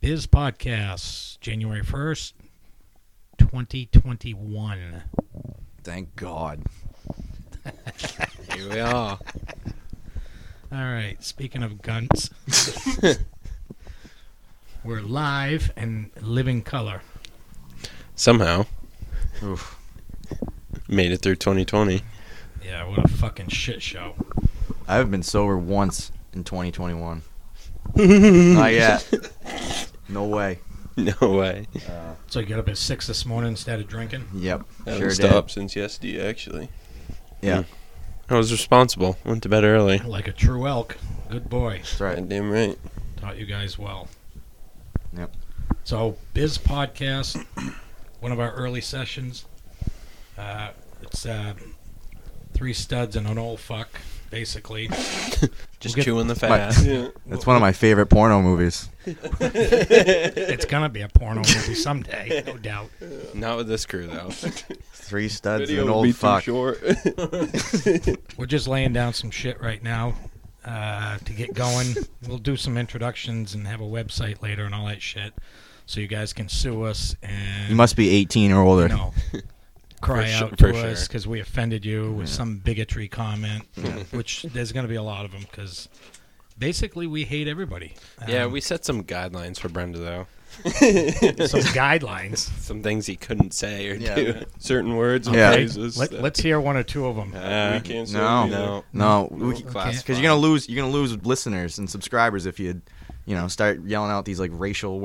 his podcast, January 1st, 2021. Thank God. Here we are. All right, speaking of guns, we're live and living color. Somehow Oof. made it through 2020. Yeah, what a fucking shit show. I have been sober once in 2021. Mm. Not yet. No way. No way. So you got up at 6 this morning instead of drinking? Yep. Haven't sure stopped since yesterday, actually. Hmm. did. Yeah. I was responsible. Went to bed early. Like a true elk. Good boy. That's right. Goddamn right. Taught you guys well. Yep. So, Biz Podcast, one of our early sessions. Uh, it's uh, three studs and an old fuck, basically. Just We'll get- chewing the fat. Yeah. That's one of my favorite porno movies. It's going to be a porno movie someday, no doubt. Not with this crew though. Three studs and Video an would old be fuck. too short. We're just laying down some shit right now uh, to get going. We'll do some introductions and have a website later and all that shit, so you guys can sue us and You must be 18 or older. no cry For su- out to for sure. us because we offended you with some bigotry comment, which there's going to be a lot of them because basically we hate everybody. yeah, Um, we set some guidelines for Brenda though. some guidelines. Some things he couldn't say or Yeah. do. Certain words and Yeah. Hey, phrases. Let, that- us hear one or two of them. Uh, we can't say No. no. No, Class because you're gonna lose. You're gonna lose listeners and subscribers if you, you know, start yelling out these like racial